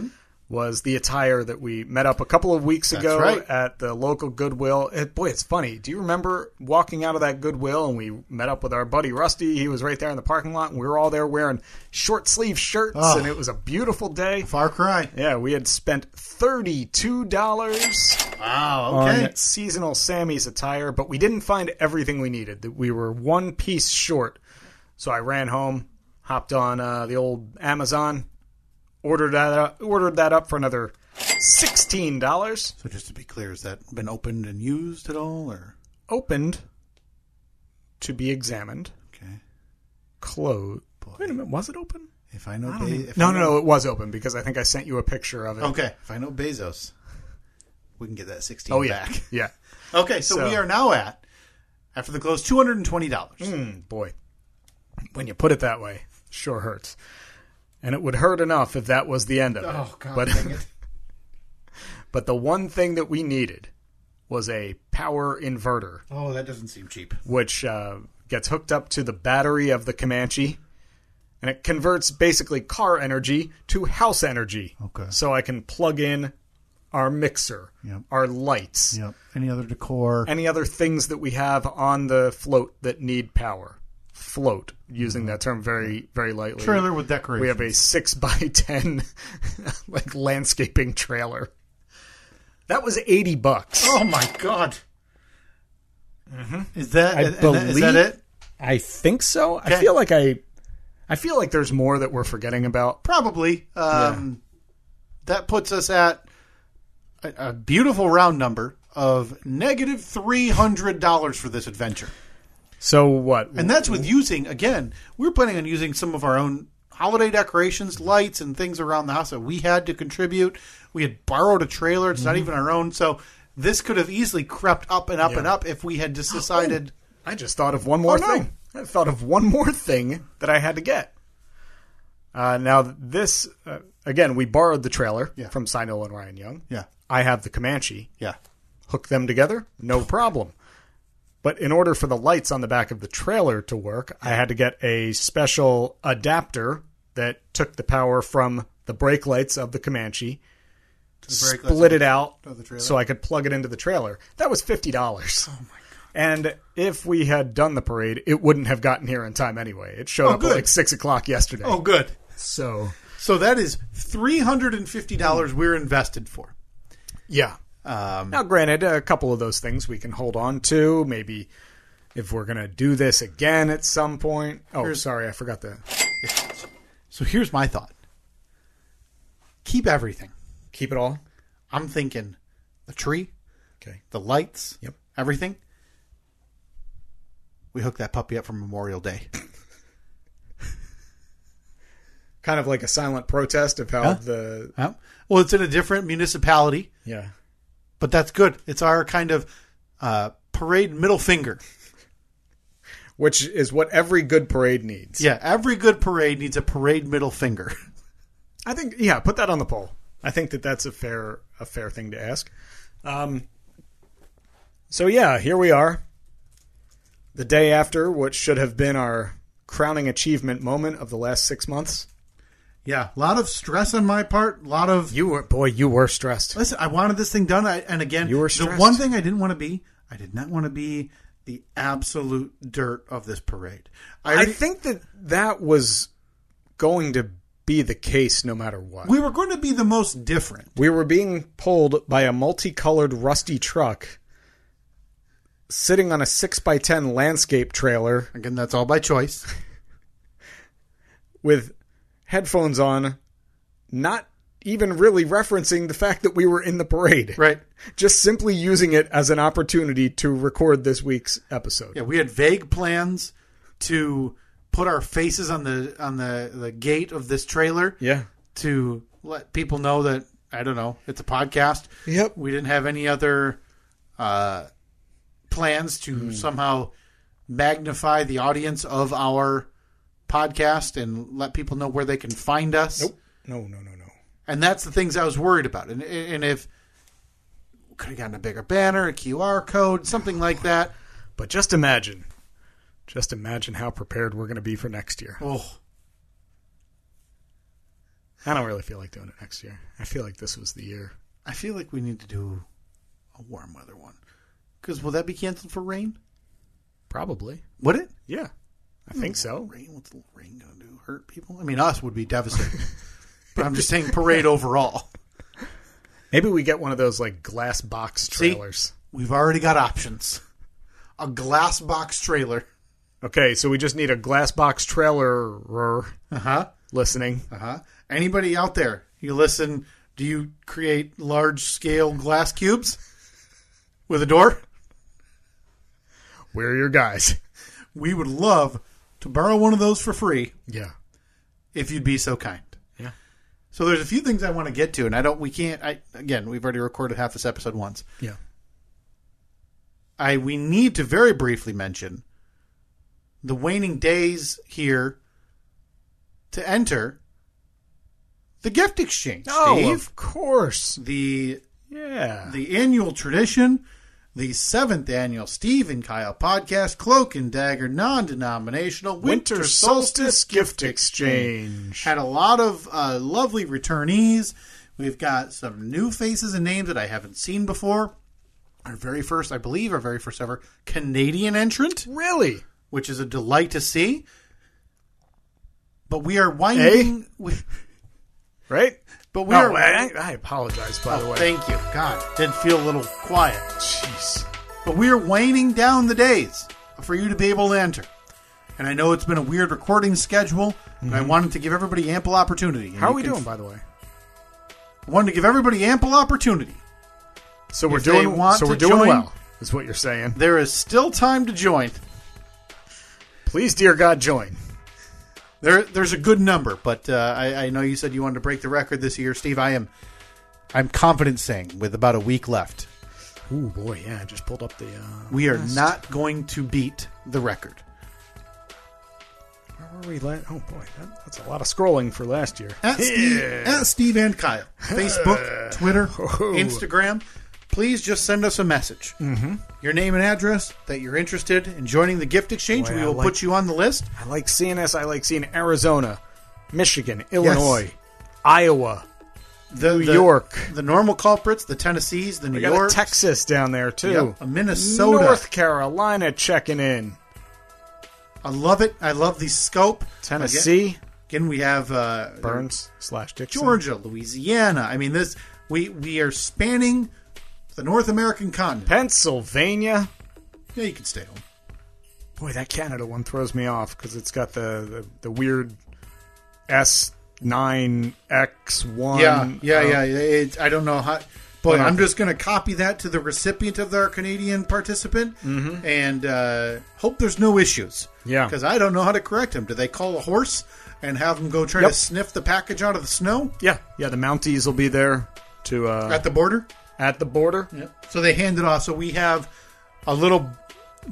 S3: was the attire that we met up a couple of weeks ago
S2: right.
S3: at the local Goodwill. It, boy, it's funny. Do you remember walking out of that Goodwill and we met up with our buddy Rusty? He was right there in the parking lot, and we were all there wearing short sleeve shirts, and it was a beautiful day.
S2: Far Cry.
S3: Yeah, we had spent thirty-two dollars
S2: Wow.
S3: on
S2: Okay.
S3: seasonal Sammy's attire, but we didn't find everything we needed. That We were one piece short. So I ran home, hopped on uh, the old Amazon, ordered that up, ordered that up for another sixteen dollars.
S2: So just to be clear, has that been opened and used at all, or
S3: Opened to be examined.
S2: okay?
S3: Closed. Wait a minute, was it open?
S2: If I know,
S3: I don't
S2: Be-
S3: even-
S2: if
S3: no,
S2: I
S3: no,
S2: know-
S3: no, it was open because I think I sent you a picture of it.
S2: Okay. If I know Bezos, we can get that sixteen.
S3: Oh yeah,
S2: Back.
S3: yeah.
S2: Okay. So,
S3: So-
S2: we are now at after the close two hundred and twenty dollars.
S3: Mm, boy, when you put it that way, sure hurts. And it would hurt enough if that was the end of it.
S2: Oh, God
S3: But,
S2: dang it.
S3: but the one thing that we needed was a power inverter,
S2: Oh, that doesn't seem cheap.
S3: which uh, gets hooked up to the battery of the Comanche, and it converts basically car energy to house energy.
S2: Okay.
S3: So I can plug in our mixer,
S2: Yep.
S3: our lights,
S2: Yep. Any other decor?
S3: any other things that we have on the float that need power. Float, using that term very, very lightly.
S2: Mm-hmm. trailer with decorations.
S3: We have a six by ten like landscaping trailer. That was eighty bucks.
S2: Oh my god. Mm-hmm. Is that
S3: I
S2: and that- is that
S3: believe-
S2: it?
S3: I think so. I
S2: Okay.
S3: feel like I, I feel like there's more that we're forgetting about.
S2: Probably. Um, That puts us at a, a beautiful round number of negative three hundred dollars for this adventure,
S3: So what?
S2: and that's with using again. We were planning on using some of our own holiday decorations, lights, and things around the house that we had to contribute. We had borrowed a trailer; it's not even our own, so. This could have easily crept up and up and up if we had just decided.
S3: I just thought of one more
S2: Oh, no.
S3: thing. I thought of one more thing that I had to get. Uh, now this uh, again, we borrowed the trailer
S2: Yeah.
S3: from Sino and Ryan Young.
S2: Yeah.
S3: I have the Comanche.
S2: Yeah.
S3: hook them together, no problem. But in order for the lights on the back of the trailer to work, I had to get a special adapter that took the power from the brake lights of the Comanche,
S2: brake lights
S3: split it out
S2: of the trailer.
S3: so I could plug it into the trailer. That was $50. Oh my god. And if we had done the parade, it wouldn't have gotten here in time anyway. It showed
S2: Oh,
S3: up
S2: good.
S3: at like six o'clock yesterday.
S2: Oh, good.
S3: So
S2: So that is three hundred and fifty
S3: Hmm.
S2: dollars we're invested for.
S3: Yeah.
S2: Um,
S3: now, granted, a couple of those things we can hold on to. Maybe if we're gonna do this again at some point. Oh, sorry, I forgot to
S2: So here's my thought: keep everything.
S3: keep it all.
S2: I'm thinking the tree,
S3: Okay.
S2: the lights,
S3: Yep.
S2: everything. We hook that puppy up for Memorial Day.
S3: Kind of like a silent protest of how the
S2: Huh? Well, it's in a different municipality,
S3: yeah.
S2: but that's good. It's our kind of uh, parade middle finger.
S3: which is what every good parade needs.
S2: Yeah, every good parade needs a parade middle finger.
S3: I think yeah, put that on the poll. I think that that's a fair a fair thing to ask. Um, so yeah, here we are. The day after what should have been our crowning achievement moment of the last 6 months.
S2: Yeah, a lot of stress on my part. A lot of
S3: You were boy, you were stressed.
S2: listen. I wanted this thing done, I, and again,
S3: You were
S2: the
S3: stressed.
S2: one thing I didn't want to be. I did not want to be the absolute dirt of this parade. I,
S3: I
S2: already-
S3: think that that was going to be the case no matter what.
S2: we were going to be the most different.
S3: We were being pulled by a multicolored rusty truck sitting on a 6x10 landscape trailer
S2: Again, that's all by choice.
S3: with headphones on, not even really referencing the fact that we were in the parade.
S2: Right.
S3: Just simply using it as an opportunity to record this week's episode.
S2: Yeah, we had vague plans to put our faces on the on the, the gate of this trailer
S3: Yeah.
S2: to let people know that I don't know it's a podcast.
S3: Yep.
S2: We didn't have any other uh, plans to somehow magnify the audience of our podcast and let people know where they can find us.
S3: Nope. No, no, no, no.
S2: And that's the things I was worried about. And and if could have gotten a bigger banner, a QR code, something like that.
S3: But just imagine. Just imagine how prepared we're going to be for next year.
S2: Oh,
S3: I don't really feel like doing it next year. I feel like this was the year.
S2: I feel like we need to do a warm weather one. Because will that be canceled for rain?
S3: Probably.
S2: Would it?
S3: Yeah. I think so.
S2: Rain? What's the rain going to do? Hurt people? I mean, us would be devastated. but I'm just saying parade overall.
S3: Maybe we get one of those like glass box
S2: See?
S3: trailers.
S2: We've already got options. A glass box trailer.
S3: Okay, so we just need a glass box trailer er,
S2: Uh huh.
S3: listening.
S2: Uh huh. Anybody out there, you listen, do you create large scale glass cubes with a door?
S3: We're your guys.
S2: We would love to borrow one of those for free
S3: Yeah.
S2: if you'd be so kind.
S3: Yeah.
S2: So there's a few things I want to get to, and I don't. We can't. I again, we've already recorded half this episode once.
S3: Yeah.
S2: I we need to very briefly mention the waning days here to enter the gift exchange. Steve.
S3: Oh, of course.
S2: the
S3: Yeah.
S2: the annual tradition, the seventh annual Steve and Kyle podcast, cloak and dagger, non-denominational winter, solstice gift exchange. Had a lot of uh, lovely returnees. We've got some new faces and names that I haven't seen before. Our very first, I believe, our very first ever Canadian entrant,
S3: Really?
S2: which is a delight to see. But we are winding. We,
S3: Right?
S2: but we
S3: No,
S2: are.
S3: I, I apologize, by the
S2: oh,
S3: way.
S2: thank you. God, did feel a little quiet.
S3: Jeez.
S2: But we are waning down the days for you to be able to enter. And I know it's been a weird recording schedule, but I wanted to give everybody ample opportunity. And
S3: Mm-hmm. How are
S2: you
S3: we
S2: can-
S3: doing, by the way?
S2: I wanted to give everybody ample opportunity.
S3: So we're
S2: If they
S3: doing
S2: want
S3: so we're
S2: to
S3: doing
S2: join-
S3: well. Is what you're saying.
S2: There is still time to join.
S3: Please dear God join.
S2: There, there's a good number, but uh, I, I know you said you wanted to break the record this year, Steve. I am, I'm confident saying with about a week left,
S3: Ooh boy, yeah, I just pulled up the uh
S2: we are not going to beat the record.
S3: where were we last oh boy, that, that's a lot of scrolling for last year.
S2: At, Steve, at Steve and Kyle, Facebook, Twitter, Instagram. Please just send us a message. Mm-hmm. Your name and address that you're interested in joining the gift exchange.
S3: Boy,
S2: we
S3: I
S2: will
S3: like-
S2: put you on the list.
S3: I like seeing this. I like seeing Arizona, Michigan, Illinois, Iowa.
S2: The,
S3: New
S2: the-
S3: York.
S2: the normal culprits, the Tennessees, the New
S3: We got a
S2: York,
S3: Texas down there too.
S2: Yep, a Minnesota.
S3: North Carolina checking in.
S2: I love it. I love the scope.
S3: Tennessee,
S2: Again, we have uh,
S3: Burns slash Dixon.
S2: Georgia, Louisiana. I mean, this we we are spanning the North American continent.
S3: Pennsylvania.
S2: Yeah, you can stay home.
S3: Boy, that Canada one throws me off because it's got the, the the weird S nine X one. Um,
S2: Yeah,
S3: uh,
S2: yeah, yeah. It's, I don't know how. Boy,
S3: Well,
S2: I'm just going to copy that to the recipient of our Canadian participant and uh, hope there's no issues.
S3: Mm-hmm. Yeah.
S2: Because I don't know how to correct him. Do they call a horse and have him go try
S3: Yep.
S2: to sniff the package out of the snow
S3: yeah, yeah. The Mounties will be there to uh,
S2: at the border?
S3: at the border.
S2: So they hand it off. So we have a little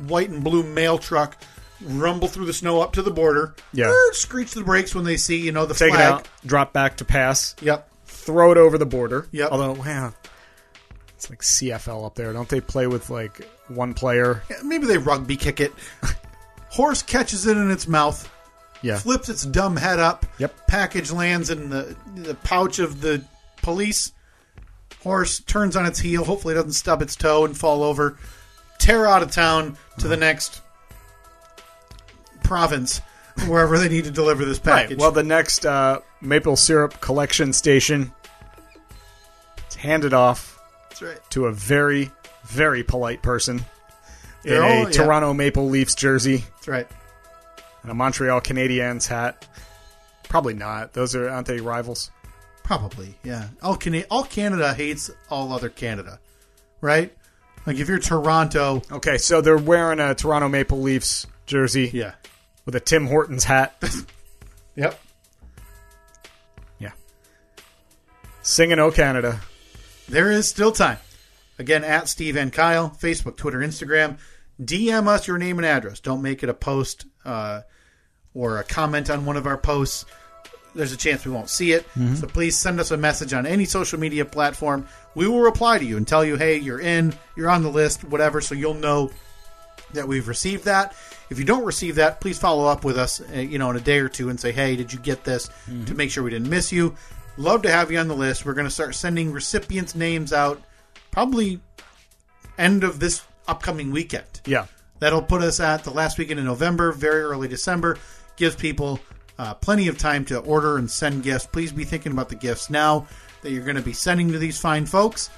S2: white and blue mail truck rumble through the snow up to the border.
S3: Yeah.
S2: Er, screech the brakes when they see you know the
S3: Take it
S2: flag.
S3: out, drop back to pass,
S2: Yep.
S3: throw it over the border.
S2: Yep.
S3: Although, wow, it's like CFL up there. Don't they play with like one player?
S2: Yeah, Maybe they rugby kick it. Horse catches it in its mouth,
S3: Yeah.
S2: flips its dumb head up.
S3: Yep.
S2: Package lands in the the pouch of the police. Horse turns on its heel. Hopefully, it doesn't stub its toe and fall over. Tear out of town to
S3: Mm.
S2: the next province, wherever they need to deliver this package.
S3: Right. Well, the next uh, maple syrup collection station, it's handed off
S2: that's right.
S3: to a very, very polite person in
S2: They're
S3: a
S2: all- yeah,
S3: Toronto Maple Leafs jersey
S2: That's right.
S3: and a Montreal Canadiens hat. Probably not. Those are aren't they rivals?
S2: Probably, yeah. All Can- all Canada hates all other Canada, right? Like if you're Toronto,
S3: Okay, so they're wearing a Toronto Maple Leafs jersey
S2: yeah,
S3: with a Tim Hortons hat.
S2: yep.
S3: yeah. Singing "O Canada."
S2: There is still time. Again, at Steve and Kyle, Facebook, Twitter, Instagram. DM us your name and address. Don't make it a post uh, or a comment on one of our posts. There's a chance we won't see it. So please send us a message on any social media platform. We will reply to you and tell you, hey, you're in, you're on the list, whatever, so you'll know that we've received that. If you don't receive that, please follow up with us, uh, you know, in a day or two and say, "Hey, did you get this?" to make sure we didn't miss you. Love to have you on the list. We're going to start sending recipients' names out probably end of this upcoming weekend.
S3: Yeah.
S2: That'll put us at the last weekend in November, very early December. Gives people uh, plenty of time to order and send gifts. Please be thinking about the gifts now that you're going to be sending to these fine folks.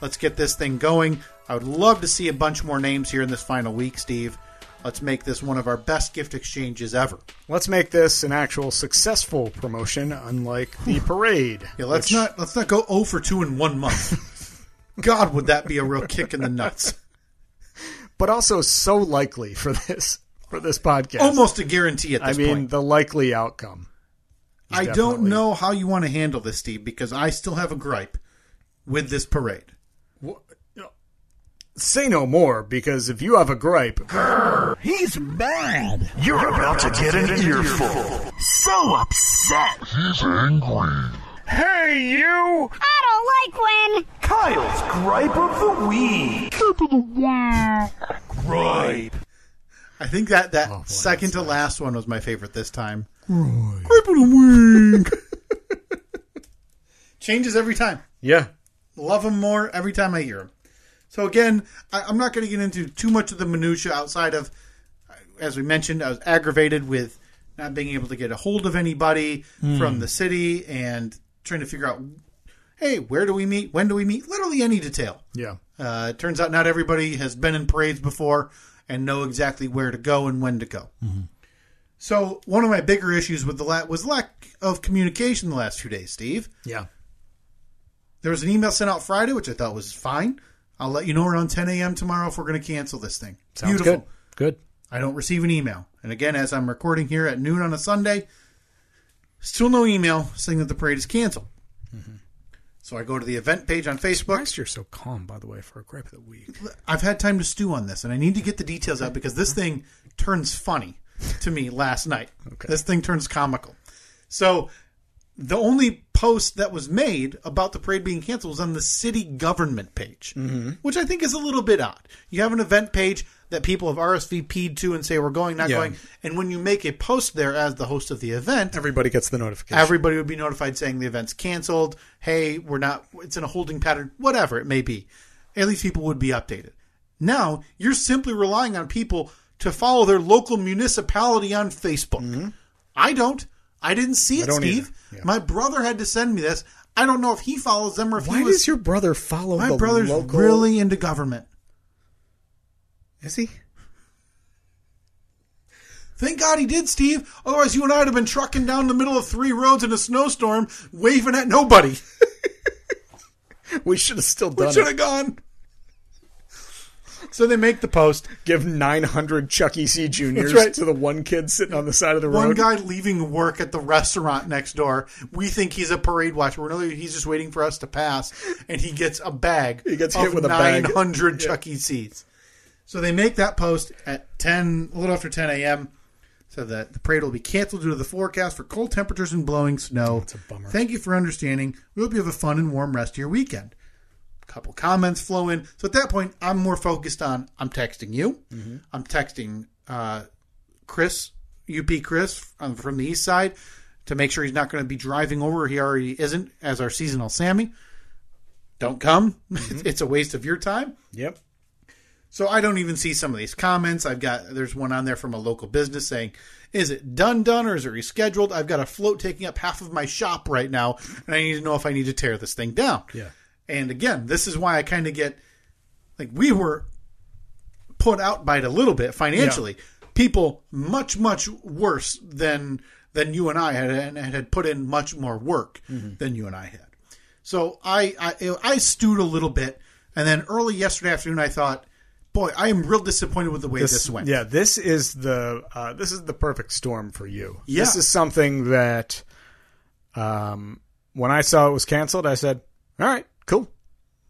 S2: Let's get this thing going. I would love to see a bunch more names here in this final week, Steve. Let's make this one of our best gift exchanges ever.
S3: Let's make this an actual successful promotion, unlike the parade.
S2: Yeah, let's not let's not go 0 for 2 in one month. God, would that be a real kick in the nuts?
S3: but also so likely for this for this podcast.
S2: Almost a guarantee at
S3: I
S2: this
S3: mean,
S2: point.
S3: the likely outcome.
S2: I don't
S3: definitely-
S2: know how you want to handle this, Steve, because I still have a gripe with this parade.
S3: Say no more, because if you have a gripe,
S4: He's mad. You're about to get an earful. So upset. He's angry. Hey, you!
S5: I don't like when.
S4: Kyle's gripe of the week. Gripe.
S2: I think that that second to last one was my favorite this time. Changes every time.
S3: yeah,
S2: Love them more every time I hear them. So again, I, I'm not going to get into too much of the minutia outside of, as we mentioned, I was aggravated with not being able to get a hold of anybody from the city and trying to figure out, hey, where do we meet? When do we meet? Literally any detail.
S3: yeah,
S2: Uh, it turns out not everybody has been in parades before and know exactly where to go and when to go.
S3: Mm-hmm.
S2: So one of my bigger issues with the la- was lack of communication the last few days, Steve.
S3: yeah.
S2: There was an email sent out Friday, which I thought was fine. I'll let you know around 10 a.m. tomorrow if we're going to cancel this thing.
S3: Sounds good. Good.
S2: I don't receive an email. And again, as I'm recording here at noon on a Sunday, still no email saying that the parade is canceled.
S3: Mm-hmm.
S2: So I go to the event page on Facebook.
S3: Last you're so calm, by the way, for a gripe of the week.
S2: I've had time to stew on this, and I need to get the details out because this thing turns funny to me last night.
S3: Okay.
S2: This thing turns comical. So the only post that was made about the parade being canceled was on the city government page,
S3: Mm-hmm.
S2: which I think is a little bit odd. You have an event page that people have RSVP'd to and say we're going, not
S3: Yeah.
S2: going, and when you make a post there as the host of the event,
S3: Everybody gets the notification.
S2: everybody would be notified saying the event's canceled. Hey, we're not, it's in a holding pattern, whatever it may be. At least people would be updated. Now, you're simply relying on people to follow their local municipality on Facebook. I don't. I didn't see it,
S3: Mm-hmm. don't
S2: Steve.
S3: either. Yeah.
S2: My brother had to send me this. I don't know if he follows them or if
S3: Why
S2: he was.
S3: does your brother follow
S2: my
S3: the
S2: brother's
S3: local?
S2: really into government.
S3: is he?
S2: Thank God he did, Steve. Otherwise, you and I would have been trucking down the middle of three roads in a snowstorm, waving at nobody.
S3: We should have still
S2: We
S3: done
S2: should
S3: it.
S2: have gone. So they make the post.
S3: Give 900 Chuck E. C. Juniors
S2: That's right.
S3: to the one kid sitting on the side of the
S2: One
S3: road.
S2: guy leaving work at the restaurant next door. We think he's a parade watcher. We're really, he's just waiting for us to pass, and he gets a bag.
S3: He gets
S2: of
S3: hit with a bag.
S2: 900 Chuck E. Cheese. So they make that post at 10, a little after 10 a.m. So that the parade will be canceled due to the forecast for cold temperatures and blowing snow. It's a bummer. Thank you for understanding. We hope you have a fun and warm rest of your weekend. A couple comments flow in. So at that point, I'm more focused on I'm texting you.
S3: Mm-hmm.
S2: I'm texting uh, Chris, UP Chris um, from the east side to make sure he's not going to be driving over. He already isn't as our seasonal Sammy. Don't come. It's- it's a waste of your time.
S3: Yep.
S2: So I don't even see some of these comments. I've got there's one on there from a local business saying, "Is it done done or is it rescheduled? I've got a float taking up half of my shop right now, and I need to know if I need to tear this thing down."
S3: Yeah.
S2: And again, this is why I kind of get like we were put out by it a little bit financially. People much much worse than than you and I had and and had put in much more work than you and I had. So I, I I stewed a little bit, and then early yesterday afternoon I thought, boy, I am real disappointed with the way this, went.
S3: Yeah, this is the uh, this is the perfect storm for you.
S2: Yeah.
S3: This is something that um when I saw it was canceled, I said, "All right, cool."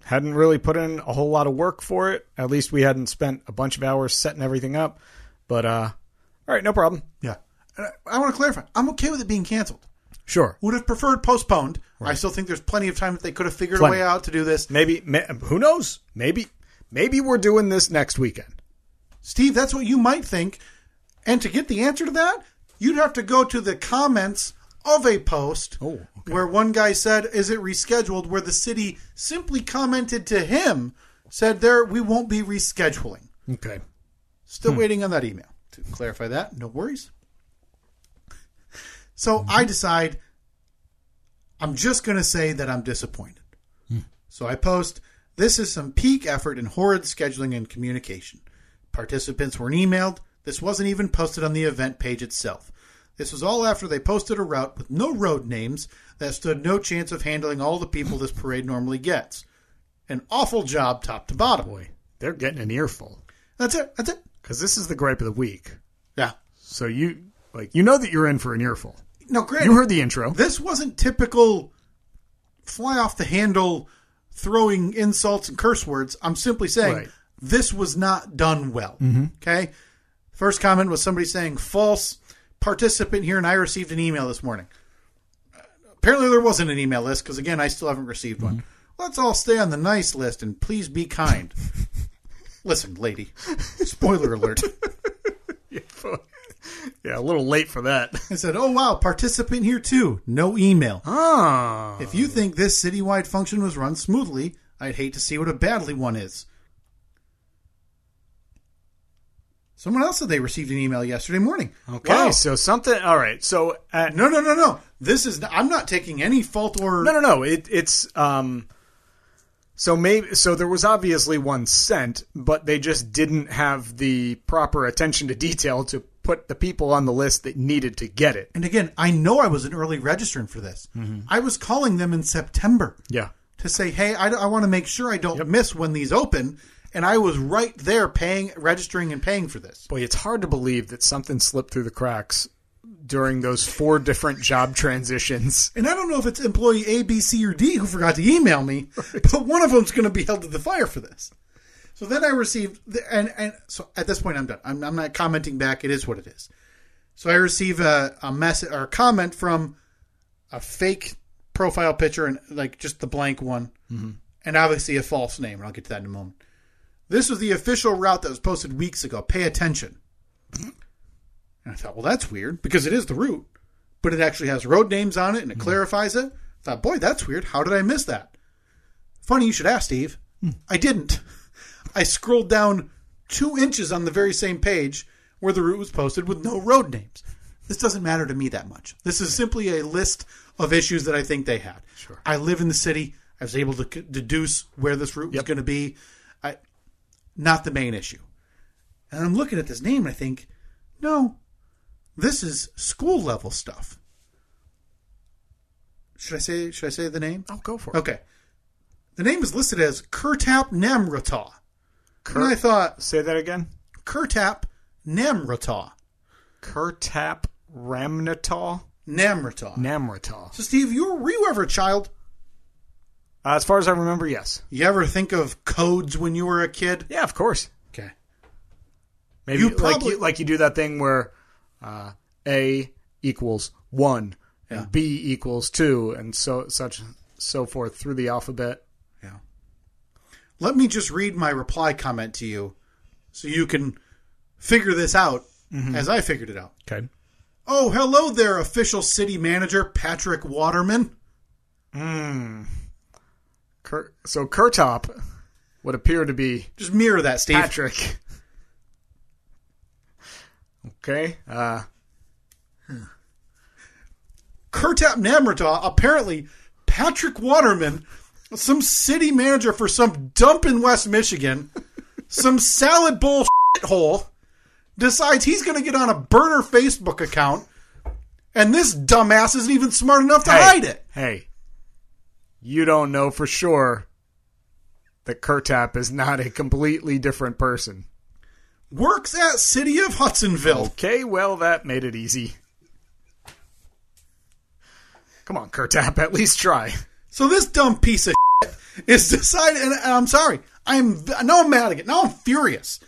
S3: Hadn't really put in a whole lot of work for it. At least we hadn't spent a bunch of hours setting everything up. But uh all right, no problem.
S2: yeah. And I, I want to clarify. I'm okay with it being canceled.
S3: Sure.
S2: Would have preferred postponed. I still think there's plenty of time that they could have figured
S3: Plenty.
S2: a way out to do this.
S3: Maybe ma- who knows? Maybe maybe we're doing this next weekend.
S2: Steve, that's what you might think. And to get the answer to that, you'd have to go to the comments of a post
S3: Oh, okay.
S2: where one guy said, Is it rescheduled? Where the city simply commented to him, said, There, we won't be rescheduling.
S3: Okay.
S2: Still
S3: Hmm.
S2: waiting on that email to clarify that. No worries. So
S3: Hmm.
S2: I decide I'm just going to say that I'm disappointed.
S3: Hmm.
S2: So I post this is some peak effort in horrid scheduling and communication. Participants weren't emailed. This wasn't even posted on the event page itself. This was all after they posted a route with no road names that stood no chance of handling all the people this parade normally gets. An awful job top to bottom.
S3: Boy, they're getting an earful
S2: That's it. That's it.
S3: cuz this is the gripe of the week.
S2: Yeah.
S3: So you like you know that you're in for an earful.
S2: No, granted,
S3: You heard the intro.
S2: this wasn't typical fly off the handle throwing insults and curse words. I'm simply saying
S3: Right.
S2: this was not done well. Okay. First comment was somebody saying false participant here, and I received an email this morning. Uh, Apparently, there wasn't an email list because, again, I still haven't received one. Let's all stay on the nice list and please be kind. Listen, lady, spoiler alert.
S3: Yeah, a little late for that.
S2: I said, oh, wow, participant here too. No email.
S3: Oh.
S2: If you think this citywide function was run smoothly, I'd hate to see what a badly one is. Someone else said they received an email yesterday morning.
S3: Okay,
S2: Wow.
S3: so something. All right, so at, no,
S2: No, no, no, no. This is. I'm not taking any fault or.
S3: no, no. It, it's um. So maybe so there was obviously one sent, but they just didn't have the proper attention to detail to put the people on the list that needed to get it.
S2: And again, I know I was an early registrant for this.
S3: Mm-hmm.
S2: I was calling them in September
S3: Yeah.
S2: to say, hey, I, want to make sure I don't miss when these open. And I was right there paying, registering and paying for this.
S3: Boy, it's hard to believe that something slipped through the cracks during those four different job transitions.
S2: And I don't know if it's employee A, B, C, or D who forgot to email me, but one of them's going to be held to the fire for this. So then I received, the, and and so at this point I'm done. I'm, I'm not commenting back. It is what it is. So I receive a, a message or a comment from a fake profile picture and like just the blank one, and obviously a false name. And I'll get to that in a moment. This was the official route that was posted weeks ago. Pay attention. And I thought, well, that's weird because it is the route but it actually has road names on it and it clarifies it. I thought, boy, that's weird. How did I miss that? Funny you should ask, Steve. I didn't. I scrolled down two inches on the very same page where the route was posted with no road names. This doesn't matter to me that much. This is simply a list of issues that I think they had. Sure. I live in the city. I was able to c- deduce where this route was going to be. I, not the main issue. And I'm looking at this name and I think, no, this is school level stuff. Should I say should I say the name?
S3: Oh, go for it.
S2: Okay. The name is listed as Kurtap Namrata.
S3: Kurt,
S2: And I thought
S3: say that again.
S2: Kurtap Namrata.
S3: Kurtap Ramnatal
S2: Namrata.
S3: Namratal.
S2: so Steve, you were, were you ever a child?
S3: Uh, as far as I remember, yes.
S2: You ever think of codes when you were a kid?
S3: Yeah, of course.
S2: Okay.
S3: Maybe
S2: You
S3: like
S2: probably-
S3: you like you do that thing where uh, A equals one and B equals two and so such so forth through the alphabet.
S2: Let me just read my reply comment to you so you can figure this out
S3: Mm-hmm.
S2: as I figured it out.
S3: Okay.
S2: Oh, hello there, official city manager Patrick Waterman.
S3: Kur- so Kurtop would appear to be
S2: Just mirror that, Steve.
S3: Patrick. okay. Uh,
S2: Kurtap Namrata, apparently Patrick Waterman, some city manager for some dump in West Michigan, some salad bowl shithole, decides he's going to get on a burner Facebook account, and this dumbass isn't even smart enough to
S3: hey,
S2: hide it.
S3: Hey, you don't know for sure that Kurtap is not a completely different person.
S2: Works at City of Hudsonville.
S3: Okay, well, that made it easy. Come on, Kurtap, at least try.
S2: So this dumb piece of shit is decided, and I'm sorry, I'm now I'm mad again. Now I'm furious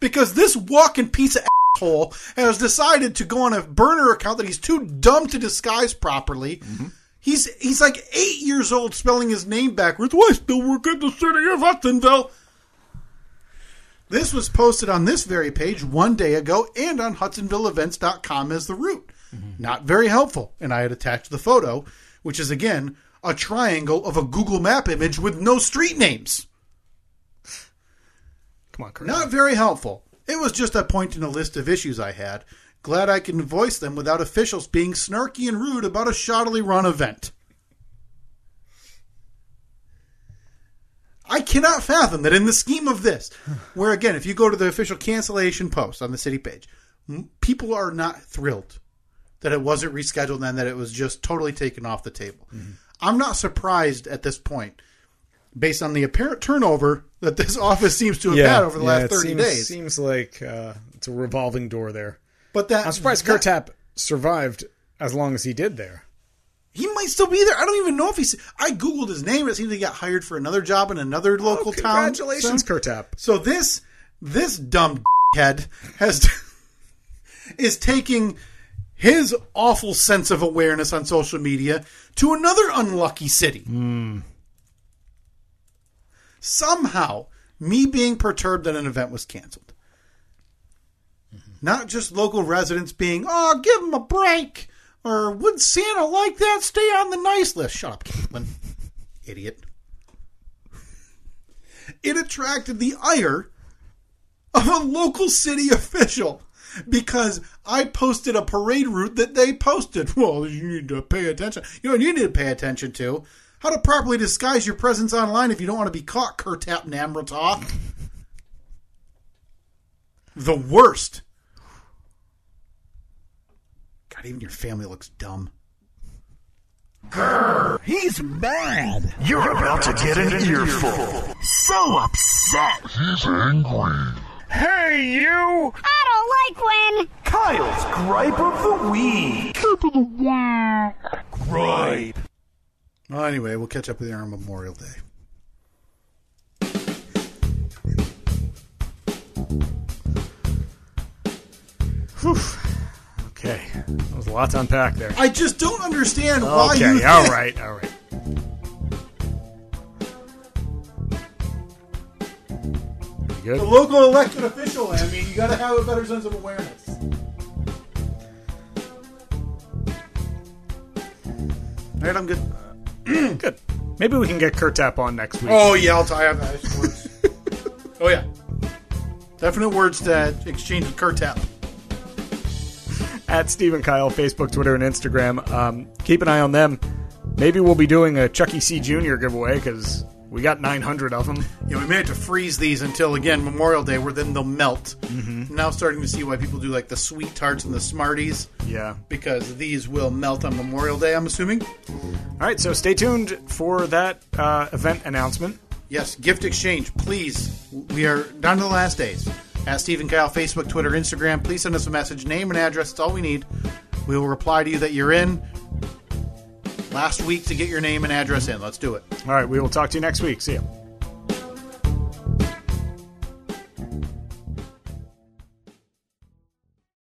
S2: because this walking piece of asshole has decided to go on a burner account that he's too dumb to disguise properly. He's he's like eight years old, spelling his name backwards. Why still work at the city of Hudsonville? This was posted on this very page one day ago and on HudsonvilleEvents.com as the route. Not very helpful. And I had attached the photo, which is again a triangle of a Google Map image with no street names.
S3: Come on, Kurtap.
S2: Not very helpful. It was just a point in a list of issues I had. Glad I can voice them without officials being snarky and rude about a shoddily run event. I cannot fathom that in the scheme of this, where again, if you go to the official cancellation post on the city page, m- people are not thrilled that it wasn't rescheduled and that it was just totally taken off the table.
S3: Mm-hmm.
S2: I'm not surprised at this point, based on the apparent turnover that this office seems to have had over the last 30 days.
S3: Seems like uh, it's a revolving door there.
S2: But that
S3: I'm surprised
S2: that-
S3: Kurtap survived as long as he did there.
S2: He might still be there. I don't even know if he's. I googled his name. It seems he got hired for another job in another local town.
S3: Oh, Congratulations, Kurtap.
S2: So this this dumb head has is taking his awful sense of awareness on social media to another unlucky city. Somehow, me being perturbed that an event was canceled. Not just local residents being, oh, give him a break, or would Santa like that? Stay on the nice list. Shut up, Caitlin. Idiot it attracted the ire of a local city official because I posted a parade route that they posted. Well, you need to pay attention. You know, what you need to pay attention to how to properly disguise your presence online if you don't want to be caught, Kurtap Namrata. the worst. God, even your family looks dumb.
S4: He's mad. You're about to get an earful. So upset. He's angry. Hey, you!
S5: I don't like when.
S4: Kyle's gripe of the week. Gripe of the week. Gripe.
S2: Well, anyway, we'll catch up with you on Memorial Day.
S3: Okay, that was a lot to unpack there.
S2: I just don't understand why you.
S3: Okay,
S2: think-
S3: all right, all right. You good?
S2: The local elected official, I mean, you gotta have a better sense of awareness. All right, I'm good.
S3: Good. Maybe we can get Kurtap on next week.
S2: Oh, yeah, I'll tie up nice words. oh, yeah. Definite words to exchange with Kurtap.
S3: At Steve and Kyle, Facebook, Twitter, and Instagram. Um, keep an eye on them. Maybe we'll be doing a Chucky C. Jr. giveaway because we got 900 of them.
S2: Yeah, we may have to freeze these until, again, Memorial Day, where then they'll melt. Mm-hmm. Now starting to see why people do, like, the sweet tarts and the Smarties,
S3: Yeah.
S2: because these will melt on Memorial Day, I'm assuming.
S3: All right, so stay tuned for that uh, event announcement.
S2: Yes, gift exchange, please. We are down to the last days. At Stephen Kyle, Facebook, Twitter, Instagram. Please send us a message, name and address. It's all we need. We will reply to you that you're in. Last week to get your name and address in. Let's do it.
S3: All right, we will talk to you next week. See ya.